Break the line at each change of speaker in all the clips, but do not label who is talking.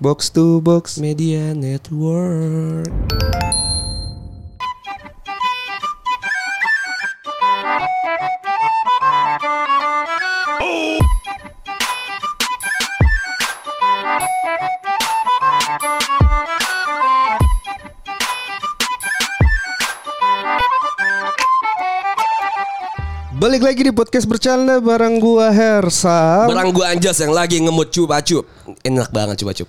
Box to Box Media Network. Balik lagi di podcast bercanda bareng gua Hersa.
Barang gua anjas yang lagi ngemut cuba-cup. Enak banget cuba-cup.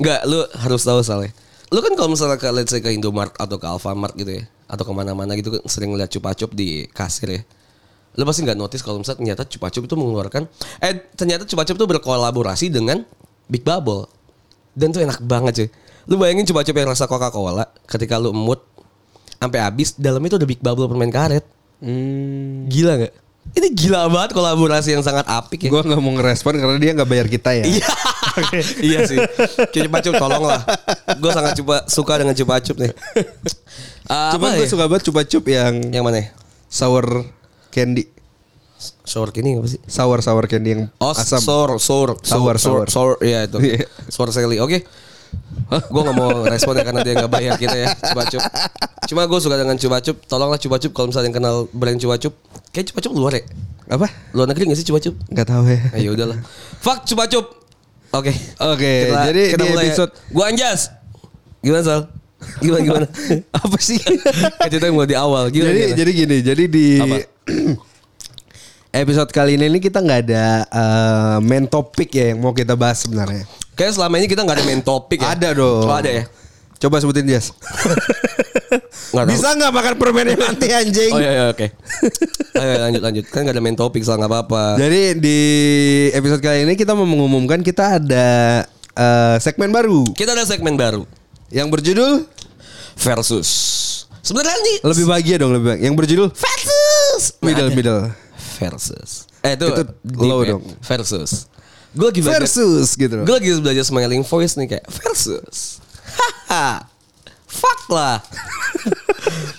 Enggak, lu harus tahu soalnya. Lu kan kalau misalnya ke let's say ke Indomart atau ke Alfamart gitu ya atau kemana-mana gitu kan sering lihat cupa-cup di kasir ya. Lu pasti nggak notice kalau misalnya ternyata cupa-cup itu mengeluarkan eh ternyata cupa-cup itu berkolaborasi dengan Big Bubble. Dan tuh enak banget cuy. Lu bayangin cupa-cup yang rasa Coca-Cola ketika lu emut sampai habis dalamnya itu ada Big Bubble permen karet.
Hmm.
Gila nggak? Ini gila banget kolaborasi yang sangat apik ya.
Gua nggak mau ngerespon karena dia nggak bayar kita ya.
Iya. iya sih. Cupa-cup tolonglah. Gue sangat coba suka dengan cupa-cup nih. Ah,
Cuman
apa
gue
ya?
suka banget cupa-cup yang
Yang mana? ya?
sour candy,
Sour kini apa sih?
sour sour candy yang
Oh,
asam.
sour, sour,
Sour,
sour, sour,
sour.
sour, ya itu.
Iya.
Sour Sally. Oke. Gue gak mau respon ya karena dia gak bayar kita ya cupa-cup. Cuma gue suka dengan cupa-cup. Tolonglah cupa-cup kalau misalnya yang kenal brand cupa-cup. Kayak cupa-cup luar ya?
Apa?
Luar negeri gak sih cupa-cup?
Nggak tahu ya.
Ayo udahlah. Fuck cupa-cup. Oke.
Oke, Eh, jadi di episode-
gue anjas. Gimana Sal? Gimana gimana?
Apa sih?
Kayak cerita yang mau di awal. Gimana,
jadi
gimana?
jadi gini, jadi di
Apa?
episode kali ini kita nggak ada eh, main topik ya yang mau kita bahas sebenarnya.
Kayaknya selama ini kita nggak ada main topik ya.
Ada dong.
Oh, ada ya.
Coba sebutin Jas.
Nggak tahu.
Bisa nggak makan permen yang anti anjing?
Oh iya, iya oke. Ayo lanjut lanjut. Kan nggak ada main topik Sal nggak apa-apa.
Jadi di episode kali ini kita mau mengumumkan kita ada eh, segmen baru
Kita ada segmen baru
yang berjudul
versus. Sebenarnya nih
lebih bahagia dong lebih bahagia. yang berjudul
versus.
middle
Nggak ada.
middle
Versus. Eh itu,
Itu
deep
low
ya.
dong.
Versus. Gue lagi belajar-
versus gitu.
Gue lagi belajar smiling voice nih kayak versus. Haha. Fuck lah.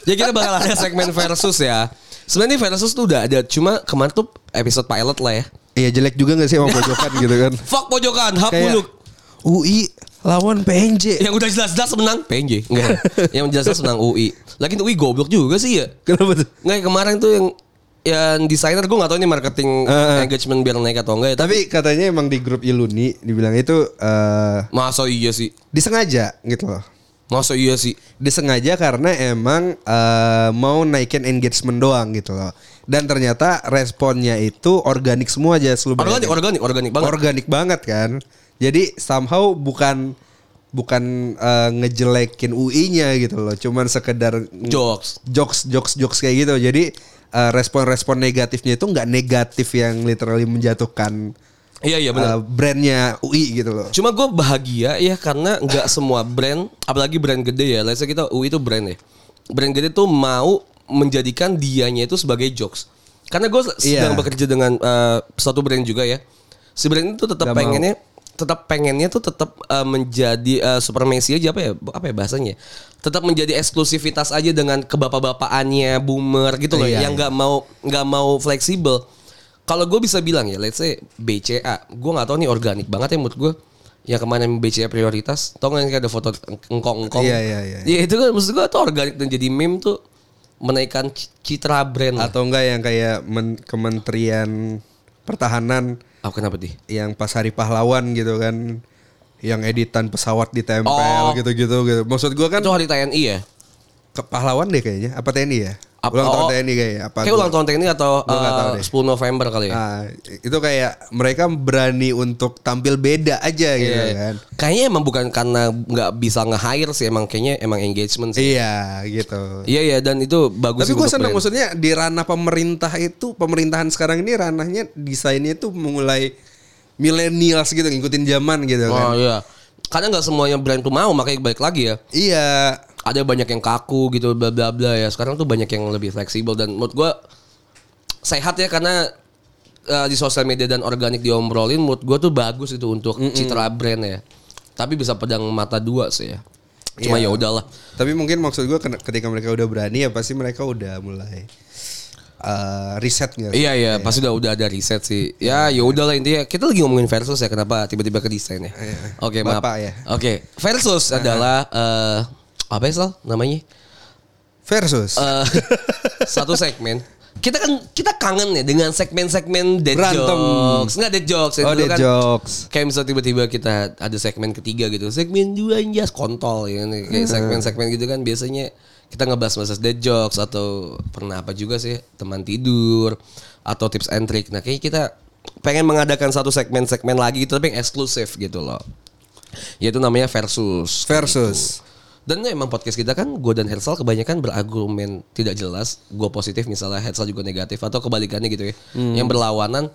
ya kita bakal ada segmen versus ya. Sebenarnya versus tuh udah ada, cuma kemarin tuh episode pilot lah ya.
Iya jelek juga gak sih emang pojokan gitu kan.
Fuck pojokan, hak
Kayak
buluk.
UI lawan PNJ.
Yang udah jelas-jelas menang PNJ. Enggak. yang jelas-jelas menang UI. Lagi UI goblok juga sih ya.
Kenapa tuh?
Nggak kayak kemarin tuh yang yang desainer gue nggak tahu ini marketing
Eh, eh.
engagement biar naik atau enggak ya. Tapi
Tapi katanya emang di grup Iluni dibilang itu eh,
masa iya sih.
disengaja gitu loh.
Masa iya sih.
Disengaja karena emang eh, mau naikin engagement doang gitu loh. Dan ternyata responnya itu organik semua aja seluruh
Organik, organik, organik banget.
organik banget kan. Jadi somehow bukan bukan eh, ngejelekin UI-nya gitu loh, cuman sekedar
Jokes.
jokes jokes jokes kayak gitu. Jadi eh, respon-respon negatifnya itu nggak negatif yang literally menjatuhkan
Iya iya
eh,
benar.
brandnya UI gitu loh.
Cuma gue bahagia ya karena nggak semua brand, apalagi brand gede ya. Let's say kita UI itu brand ya. Brand gede tuh mau menjadikan dianya itu sebagai jokes. Karena gue
Iya.
sedang bekerja dengan eh, satu brand juga ya. Si brand itu
Nggak
tetap
mau.
pengennya, Eh, tetap pengennya tuh tetap eh, menjadi eh, supremasi aja apa ya, apa ya bahasanya? ya? Tetap menjadi eksklusivitas aja dengan kebapak-bapaannya, boomer gitu loh,
Iya,
yang nggak mau nggak mau fleksibel. Kalau gue bisa bilang ya, let's say BCA, gue nggak tahu nih organik banget ya menurut gue. Ya kemarin BCA prioritas, tau nggak yang kayak ada foto engkong-engkong?
Iya, iya, iya.
Ya itu kan maksud gue tuh organik dan jadi meme tuh menaikkan ci- citra brand lah.
Atau enggak yang kayak men- Kementerian Pertahanan
Oh, kenapa sih?
yang pas hari pahlawan gitu kan yang editan pesawat ditempel
Oh.
gitu-gitu gitu. Maksud gua kan
Itu hari TNI ya?
ke pahlawan deh kayaknya apa TNI ya
Apa-
ulang tahun
oh,
TNI kayaknya apa
Kayak ulang tahun TNI atau
Gua nggak tahu
eh,
deh.
10 November kali ya?
Nah, itu kayak mereka berani untuk tampil beda aja gitu
Iya.
kan
Kayaknya emang bukan karena nggak bisa nge-hire sih, emang kayaknya emang engagement sih.
iya gitu
Iya iya dan itu bagus
tapi
sih
gue
untuk
senang
brand.
maksudnya di ranah pemerintah itu pemerintahan sekarang ini ranahnya desainnya itu mulai millennials gitu ngikutin zaman gitu kan
Oh iya. Karena nggak semuanya brand tuh mau makanya balik lagi ya.
iya
Ada banyak yang kaku gitu bla bla bla ya. Sekarang tuh banyak yang lebih fleksibel dan menurut gua sehat ya karena eh, di sosial media dan organik diombrolin menurut gua tuh bagus itu untuk citra brand ya. Tapi bisa pedang mata dua sih ya. Cuma
Iya.
ya udahlah.
tapi mungkin maksud gue ketika mereka udah berani ya pasti mereka udah mulai eh, riset nggak? sih?
Iya iya, pasti udah udah ada riset sih. Ya ya udahlah intinya kita lagi ngomongin versus ya kenapa tiba-tiba ke desain ya. Oke,
Iya,
maaf.
Bapak ya.
Oke, versus adalah eh apa ya Sal namanya?
Versus.
Eh, satu segmen. Kita kan kita kangen ya dengan segmen-segmen dead
Berantem.
jokes. Enggak dead jokes. ya.
Oh,
Dulu
dead jokes.
Kayak misalnya tiba-tiba kita ada segmen ketiga gitu. Segmen dua anjas kontol ya. kan. Kayak
Hmm.
segmen-segmen gitu kan biasanya kita ngebahas masalah dead jokes atau pernah apa juga sih teman tidur atau tips and trick. Nah, kayaknya kita pengen mengadakan satu segmen-segmen lagi gitu tapi yang eksklusif gitu loh. Yaitu namanya versus.
Versus.
Dan emang podcast kita kan gue dan Hersal kebanyakan berargumen tidak jelas. Gue positif misalnya Hersal juga negatif atau kebalikannya gitu ya.
Hmm.
Yang berlawanan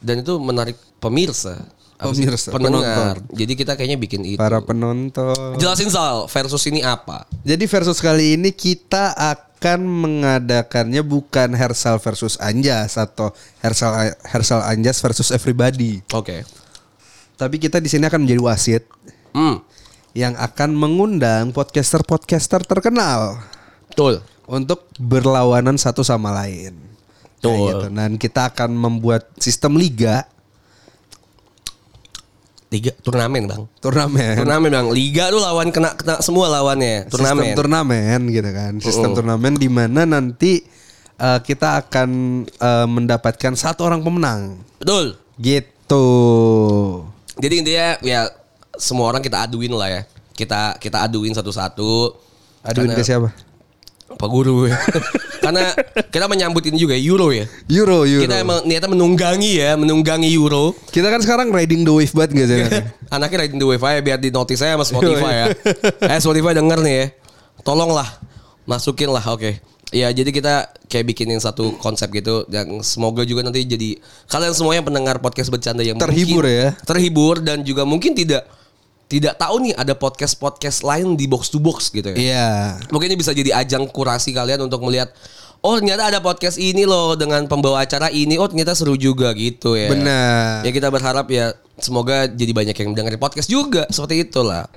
dan itu menarik pemirsa. Apa sih?
Pemirsa,
pendengar. Jadi kita kayaknya bikin itu.
Para penonton.
Jelasin Sal, versus ini apa?
Jadi versus kali ini kita akan mengadakannya bukan Hersal versus Anjas atau Hersal Hersal Anjas versus everybody.
Oke.
Tapi kita di sini akan menjadi wasit
Hmm.
yang akan mengundang podcaster-podcaster terkenal
Betul.
untuk berlawanan satu sama lain. Kayak
Betul.
gitu. Dan kita akan membuat sistem liga
Tiga turnamen, Bang.
turnamen.
Turnamen, Bang. Liga tuh lawan kena kena semua lawannya. Turnamen. Oh,
Sistem turnamen gitu kan. Sistem turnamen di mana nanti eh, kita akan eh, mendapatkan satu orang pemenang.
Betul.
Gitu.
Jadi intinya ya semua orang kita aduin lah ya. Kita kita aduin satu-satu.
Aduin
Karena-
ke siapa?
Pak Guru. Karena kita menyambut ini juga Euro ya.
Euro, Euro.
Kita emang niatnya menunggangi ya, menunggangi Euro.
Kita kan sekarang riding the wave banget gak sih?
Iya. Anaknya rajin di wifi biar di notice saya sama Spotify ya. Eh Spotify denger nih ya. Tolonglah masukin lah oke. Ya jadi kita kayak bikinin satu konsep gitu yang semoga juga nanti jadi kalian semua yang pendengar podcast bercanda yang mungkin-
Terhibur ya.
Terhibur dan juga mungkin tidak tidak tahu nih ada podcast-podcast lain di box to box gitu ya.
Iya.
Mungkin ini bisa jadi ajang kurasi kalian untuk melihat Oh ternyata ada podcast ini loh dengan pembawa acara ini. Oh ternyata seru juga gitu ya.
Benar.
Ya kita berharap ya semoga jadi banyak yang dengerin podcast juga seperti itulah.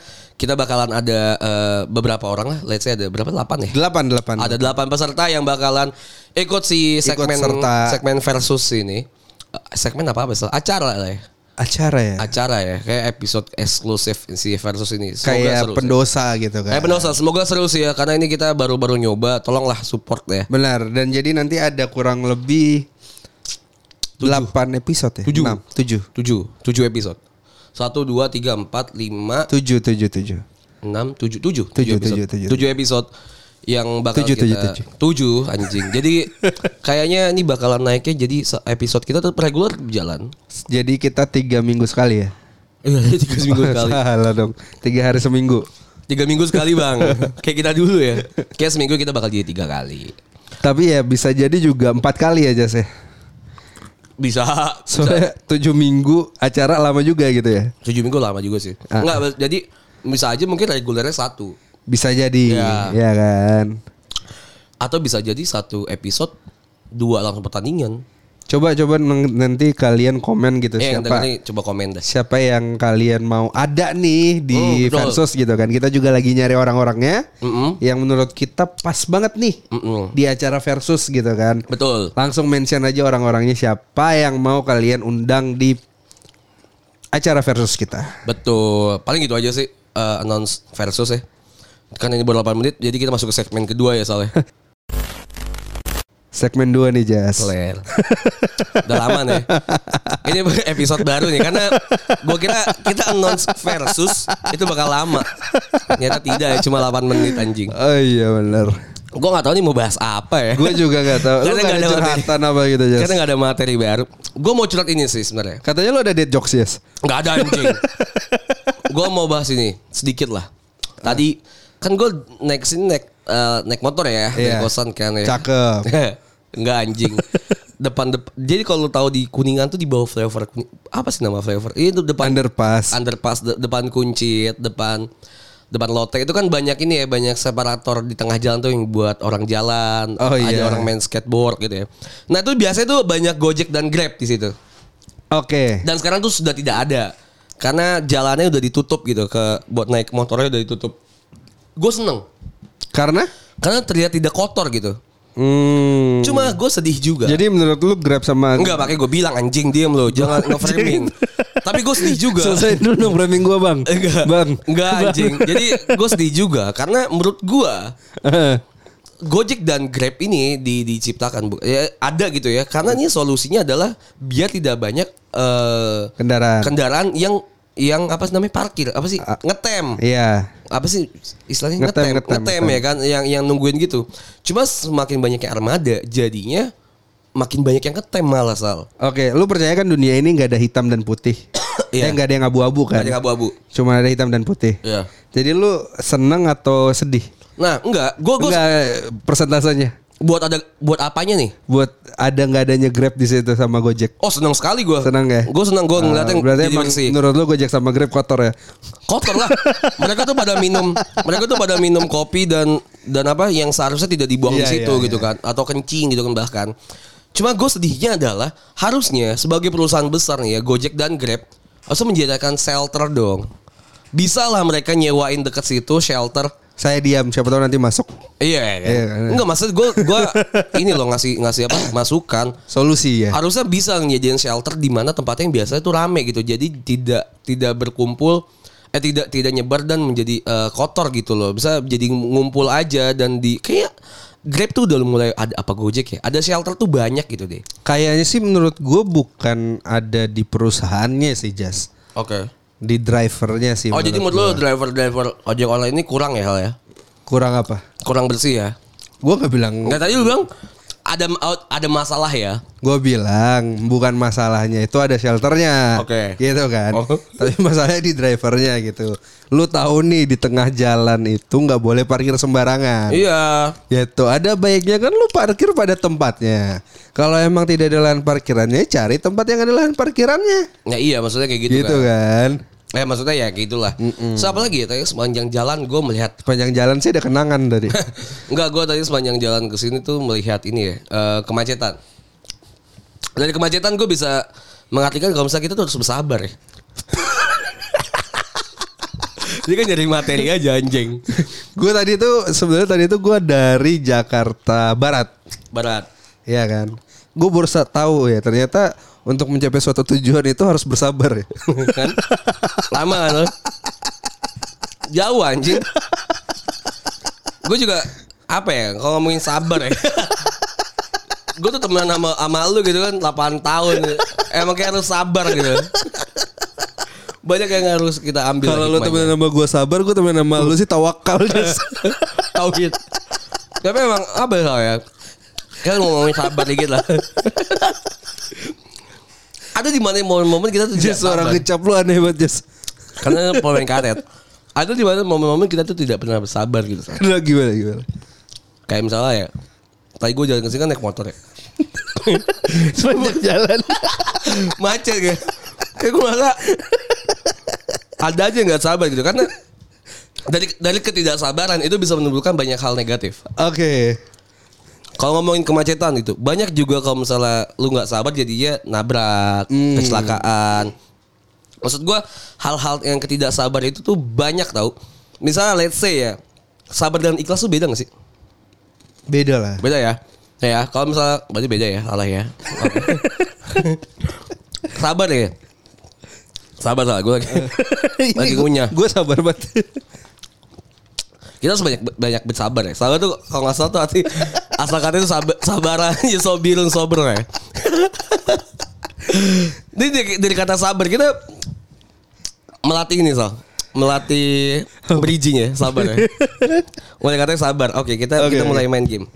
Kita bakalan ada eh, beberapa orang lah. Let's say ada berapa? 8 ya.
Delapan, delapan.
Ada 8 peserta yang bakalan ikut si segmen
serta.
segmen versus ini. Eh, segmen apa apa? Sal? Acara lah ya.
Acara ya?
Acara ya. Kayak episode eksklusif si versus ini. Semoga
Kayak
seru sih.
pendosa gitu kan.
Eh pendosa, semoga seru sih ya karena ini kita baru-baru nyoba, tolonglah support ya.
Benar. Dan jadi nanti ada kurang lebih 8 episode ya?
Tujuh.
7.
7, 7 episode. 1 2 3 4 5
7, 7, 7.
6
Tujuh,
7 7 7 episode.
tujuh, tujuh.
7 episode yang bakal
Tujuh, tujuh,
kita 7 anjing. Jadi kayaknya ini bakalan naiknya jadi se- episode kita tetap reguler jalan.
Jadi kita tiga minggu sekali ya?
Iya, 3 minggu sekali.
Salah dong. Tiga hari seminggu.
Tiga minggu sekali, Bang. Kayak kita dulu ya. Kayak seminggu kita bakal jadi tiga kali.
Tapi ya bisa jadi juga empat kali aja sih.
Bisa.
Soalnya tujuh minggu acara lama juga gitu ya.
7 minggu lama juga sih.
Ah.
Enggak, jadi bisa aja mungkin regulernya satu.
Bisa jadi,
Ya.
ya kan.
Atau bisa jadi satu episode dua langsung pertandingan.
Coba coba neng- nanti kalian komen gitu
Eh, yang
siapa
dengar nih, coba komen deh.
siapa yang kalian mau ada nih di
Hmm, betul.
versus gitu kan. Kita juga lagi nyari orang-orangnya
Mm-mm.
yang menurut kita pas banget nih
Mm-mm.
di acara versus gitu kan.
Betul.
Langsung mention aja orang-orangnya siapa yang mau kalian undang di acara versus kita.
Betul. Paling gitu aja sih eh, announce versus ya. Kan ini baru 8 menit, jadi kita masuk ke segmen kedua ya soalnya.
Segmen 2 nih Jas.
Seler. Udah lama nih. Ini episode baru nih karena gua kira kita announce versus itu bakal lama. Ternyata tidak ya, cuma 8 menit anjing.
Oh iya benar.
Gua nggak tahu nih mau bahas apa ya.
Gue juga gak tahu. Lu
Karena
gak ada
nggak ada materi.
curhatan apa gitu Jas.
Karena nggak ada materi baru. Gua mau curhat ini sih sebenarnya.
Katanya lu ada dead jokes Jas.
Nggak ada anjing. gue mau bahas ini sedikit lah. Tadi kan gue naik sini naik eh, naik motor ya dari
Iya.
kosan kan ya.
Cakep.
Nggak anjing. depan dep jadi kalau lu tahu di kuningan tuh di bawah flyover Kuning- apa sih nama flyover Iya, itu depan
Underpass.
underpass de- depan kuncit depan depan lotek itu kan banyak ini ya banyak separator di tengah jalan tuh yang buat orang jalan
Oh,
ada
iya.
orang main skateboard gitu ya nah itu biasanya tuh banyak gojek dan grab di situ
Oke.
dan sekarang tuh sudah tidak ada karena jalannya udah ditutup gitu ke buat naik motornya udah ditutup gue seneng
Karena
karena terlihat tidak kotor gitu
Hmm.
Cuma gue sedih juga.
Jadi menurut lu Grab sama
Enggak, makanya gue bilang anjing diem lo, jangan nge-framing. Tapi gue sedih juga.
Selesai dulu dong framing gua, Bang.
Enggak,
Bang.
enggak anjing. Jadi gue sedih juga karena menurut gue Gojek dan Grab ini di, diciptakan bu- ya, ada gitu ya. Karena ini solusinya adalah biar tidak banyak eh,
Kendaraan.
kendaraan yang yang apa sih namanya parkir apa sih ngetem
Iya.
apa sih istilahnya
Ngetem,
ngetem ngetem,
ngetem,
ya kan yang yang nungguin gitu cuma semakin banyaknya armada jadinya makin banyak yang ngetem malah sal
Oke, lu percaya kan dunia ini nggak ada hitam dan putih? Ya
Iya.
nggak ada yang abu-abu kan?
Nggak ada yang abu-abu.
Cuma ada hitam dan putih.
Iya.
Jadi lu seneng atau sedih?
nah enggak gue gue
Enggak persentasenya
buat ada buat apanya nih
buat ada nggak adanya Grab di situ sama Gojek?
oh senang sekali gue
Senang ya?
gue senang gue ngeliat yang
Ah, berarti
jadi
emang
bersih.
menurut lu Gojek sama Grab kotor ya?
kotor lah mereka tuh pada minum mereka tuh pada minum kopi dan dan apa yang seharusnya tidak dibuang
Iya,
di situ
iya,
gitu kan atau kencing gitu kan bahkan cuma gue sedihnya adalah harusnya sebagai perusahaan besar nih ya Gojek dan Grab harusnya menjadikan shelter dong bisa lah mereka nyewain dekat situ shelter
Saya diam, siapa tahu nanti masuk
Iya, kan?
Iya, kan?
enggak maksud gue, gue ini loh ngasih ngasih apa masukan
solusi ya.
harusnya bisa nyediain shelter di mana tempatnya yang biasanya tuh rame gitu jadi tidak tidak berkumpul eh tidak tidak nyebar dan menjadi eh, kotor gitu loh bisa jadi ngumpul aja dan di kayak Grab tuh udah mulai ada apa Gojek ya ada shelter tuh banyak gitu deh
Kayaknya sih menurut gue bukan ada di perusahaannya sih Jas,
oke
di drivernya sih.
oh jadi
menurut
menurut lo driver driver ojek online ini kurang ya hal ya
gua. kurang apa?
kurang bersih ya
Gue nggak bilang,
nggak tadi lu bilang ada ada masalah ya
gue bilang bukan masalahnya itu ada shelternya,
Oke.
gitu kan.
Oh.
Tapi masalahnya di drivernya gitu. Lu tahu nih di tengah jalan itu nggak boleh parkir sembarangan.
iya
Gitu. Ada baiknya kan lu parkir pada tempatnya. Kalau emang tidak ada lahan parkirannya, cari tempat yang ada lahan parkirannya.
ya iya maksudnya kayak gitu,
Gitu,
kan.
kan.
Eh maksudnya ya kayak gitulah. So apa lagi ya tadi sepanjang jalan gue melihat
Sepanjang jalan sih ada kenangan tadi.
Enggak, gue tadi sepanjang jalan ke sini tuh melihat ini ya, eh, kemacetan. Dari kemacetan gue bisa mengartikan kalau misalnya kita tuh harus bersabar ya. Ini kan nyari materi aja anjing.
gue tadi tuh sebenarnya tadi tuh gue dari Jakarta Barat,
Berat.
ya kan. Gue baru sa- tahu ya ternyata untuk mencapai suatu tujuan itu harus bersabar ya.
kan? Lama kan lo? Jauh anjing. Gue juga apa ya kalau ngomongin sabar ya. gue tuh temenan sama, sama lu gitu kan 8 tahun. Emang kayak harus sabar gitu. Banyak yang harus kita ambil
Kalau lu
hikmahnya.
temen sama gue sabar, gue temen sama lu sih tawakal. Jas.
Tauhid. Tapi emang apa ya? Sal, ya? Kita ngomongin sabar dikit lah. Ada di mana momen-momen kita tuh tidak
Jas suara
sabar.
kecap lu aneh banget Jas.
Karena pemain karet. Ada di mana momen-momen kita tuh tidak pernah bersabar gitu. Sal.
Aduh, gimana gimana.
Kayak misalnya ya, tadi gue jalan ke sini kan naik motor ya.
Sepanjang jalan.
Macet kayak. Kayak gue merasa ada aja yang nggak sabar gitu karena dari dari ketidaksabaran itu bisa menimbulkan banyak hal negatif.
Oke.
Kalau ngomongin kemacetan gitu, banyak juga kalau misalnya lu nggak sabar jadinya nabrak, kecelakaan. Maksud gua hal-hal yang ketidaksabar itu tuh banyak tau. Misalnya let's say ya, sabar dan ikhlas tuh beda gak sih?
Beda lah.
Beda ya. Ya, kalau misalnya berarti beda ya, salah ya. Oke. sabar ya. Sabar salah gue lagi. lagi ngunyah.
Gue sabar banget.
Kita harus banyak banyak bersabar ya. Sabar tuh kalau nggak salah tuh arti asal katanya tuh sabar, sabaran ya sobirun sober ya. Ini dari, dari kata sabar kita melatih ini Sal. Melatih bridging ya, sabar ya. Mulai katanya sabar. Oke, kita
Oke, Iya,
kita mulai main game.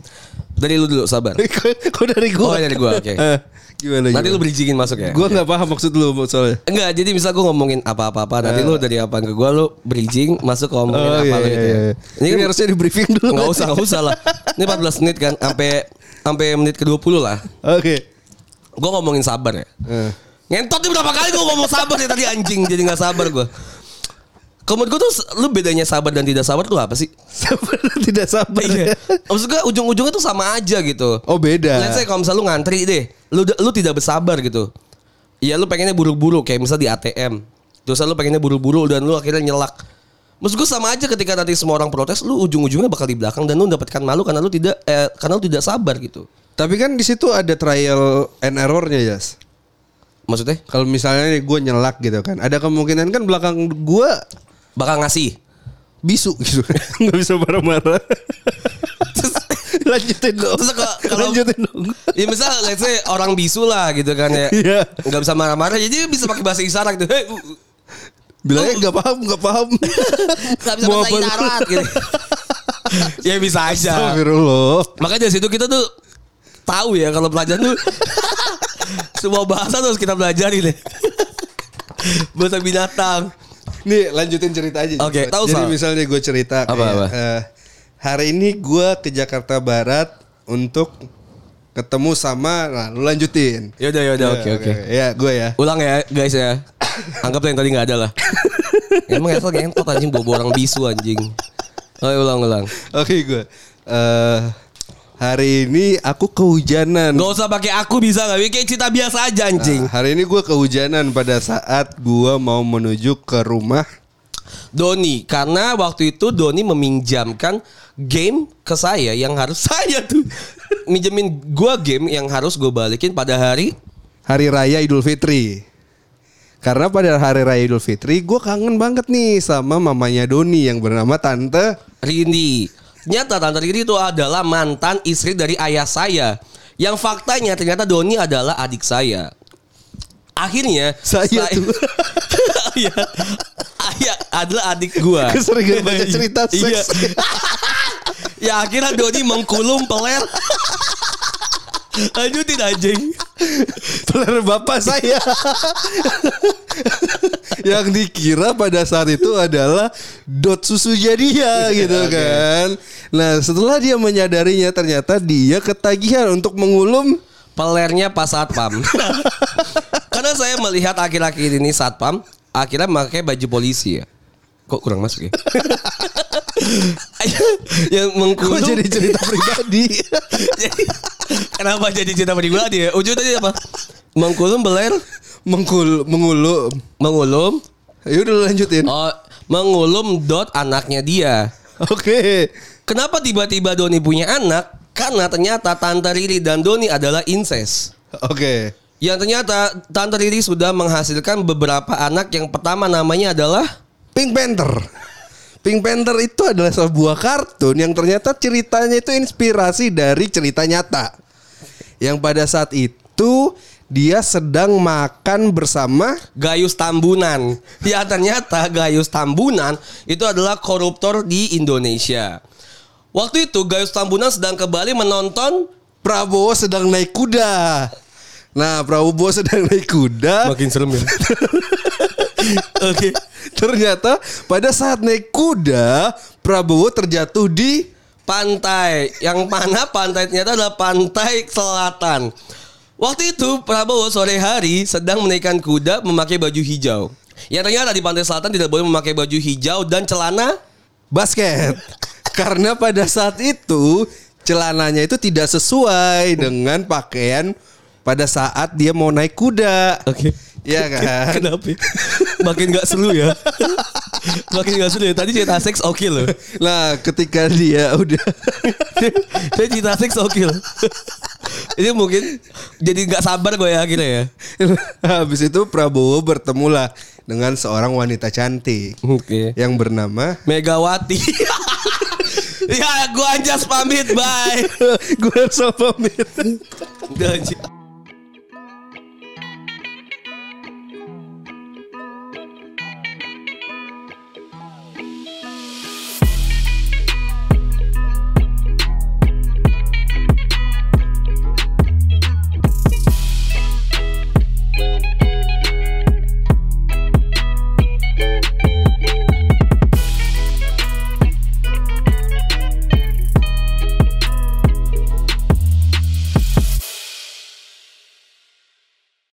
Dari lu dulu sabar.
Kok dari gue?
Oh, dari gua, oke.
Eh, gimana
Nanti lu
gimana?
bridgingin masuk ya.
Gue gak paham maksud lu soalnya.
Enggak, jadi misal gue ngomongin apa-apa-apa Nanti lu dari apa ke gue Lu bridging masuk ke ngomongin
Eh. Oh,
apa
iya,
lu
iya,
gitu ya
iya.
Ini kan
Ini harusnya di briefing dulu.
Enggak usah, enggak usah lah Ini 14 menit kan Sampai sampai menit ke-20 lah
Oke.
Gue ngomongin sabar ya
Eh.
Ngentot nih berapa kali gue ngomong sabar ya tadi anjing Jadi gak sabar gue Kalau menurut gue tuh Lu bedanya sabar dan tidak sabar tuh apa sih?
Sabar dan tidak sabar.
Iya Maksud gue ujung-ujungnya tuh sama aja gitu
Eh.
Oh beda.
Let's say kalau misalnya lu ngantri deh, lu lu tidak bersabar gitu. Ya lu pengennya buru-buru kayak misal di ATM. Terus lu pengennya buru-buru dan lu akhirnya nyelak. Maksud gue sama aja ketika nanti semua orang protes, lu ujung-ujungnya bakal di belakang dan lu mendapatkan malu karena lu tidak eh, karena lu tidak sabar gitu.
Tapi kan di situ ada trial and errornya ya.
Maksudnya
Kalau misalnya gue nyelak gitu kan, ada kemungkinan kan belakang gue
bakal ngasih.
bisu gitu.
Nggak bisa marah-marah. lanjutin dong.
Terus kalau- kalau-
lanjutin dong.
Ya misal let's say orang bisu lah gitu kan ya.
Iya.
Nggak bisa marah-marah jadi dia bisa pakai bahasa isyarat gitu. Hei, uh,
Bilangnya nggak paham, nggak paham.
nggak bisa
Mau
bahasa
apa lu?
isyarat gitu. ya bisa aja.
Astagfirullah.
Makanya dari situ kita tuh tahu ya kalau pelajaran tuh semua bahasa tuh harus kita pelajari deh. bahasa binatang.
Nih lanjutin cerita aja.
Oke, tahu,
Jadi
Sal.
misalnya gue cerita
Apa,
kayak,
apa?
eh, hari ini gue ke Jakarta Barat untuk ketemu sama nah lu lanjutin.
Yaudah yaudah oke
Ya,
oke.
Ya gue ya.
Ulang ya guys ya. Anggaplah yang tadi nggak ada lah. Emang Evel ngentot anjing bawa orang bisu anjing. Oh ulang ulang.
Oke gue. Eh, hari ini aku kehujanan.
Gak usah pakai aku bisa nggak? Kayak cerita biasa aja anjing.
Nah, hari ini gue kehujanan pada saat gue mau menuju ke rumah.
Doni karena waktu itu Doni meminjamkan game ke saya yang harus saya tuh minjemin gua game yang harus gue balikin pada hari
Hari Raya Idul Fitri. Karena pada hari Raya Idul Fitri gue kangen banget nih sama mamanya Doni yang bernama Tante.
Rini. Nyata Tante Rini itu adalah mantan istri dari ayah saya. Yang faktanya ternyata Doni adalah adik saya. Akhirnya
Saya tuh.
Iya. Ayah adalah adik gua.
Keseringan baca cerita
Iya.
seks.
ya akhirnya Doni mengkulum peler. Lanjutin anjing.
Peler bapak saya. yang dikira pada saat itu adalah dot susu dia
Iya,
gitu kan. Nah setelah dia menyadarinya ternyata dia ketagihan untuk mengulum.
Pelernya pas satpam. Karena saya melihat akhir-akhir ini satpam akhirnya pakai baju polisi ya. Kok kurang masuk ya? yang
Kok
mengkulum
jadi cerita pribadi?
Jadi, Kenapa jadi cerita pribadi ya? Ujungnya apa? Mengkulum beler,
Mengkul, mengulum.
mengulum,
Yaudah lu lanjutin.
oh, mengulum dot anaknya dia.
Oke.
Kenapa tiba-tiba Doni punya anak? Karena ternyata Tante Riri dan Doni adalah incest.
Oke.
Yang ternyata Tante Riri sudah menghasilkan beberapa anak yang pertama namanya adalah
Pink Panther. Pink Panther itu adalah sebuah kartun yang ternyata ceritanya itu inspirasi dari cerita nyata. Yang pada saat itu dia sedang makan bersama
Gayus Tambunan. Ya ternyata Gayus Tambunan itu adalah koruptor di Indonesia. Waktu itu Gayus Tambunan sedang ke Bali menonton
Prabowo sedang naik kuda. Nah, Prabowo sedang naik kuda.
makin serem ya. Oke.
Ternyata pada saat naik kuda, Prabowo terjatuh di
Pantai yang mana pantai ternyata adalah pantai selatan. Waktu itu Prabowo sore hari sedang menaikkan kuda memakai baju hijau. Yang ternyata di pantai selatan tidak boleh memakai baju hijau dan celana
basket. Karena pada saat itu celananya itu tidak sesuai dengan pakaian pada saat dia mau naik kuda.
Oke.
Iya kan?
Kenapa? Makin gak seru ya. Makin gak seru ya. Tadi cerita seks oke loh.
Nah, ketika dia udah
Tadi cerita seks oke loh. Ini mungkin jadi gak sabar gue ya akhirnya ya.
habis itu Prabowo bertemulah dengan seorang wanita cantik
Oke.
yang bernama
Megawati. ya gue anjas pamit. Bye.
gue harus pamit.
Udah, anjing.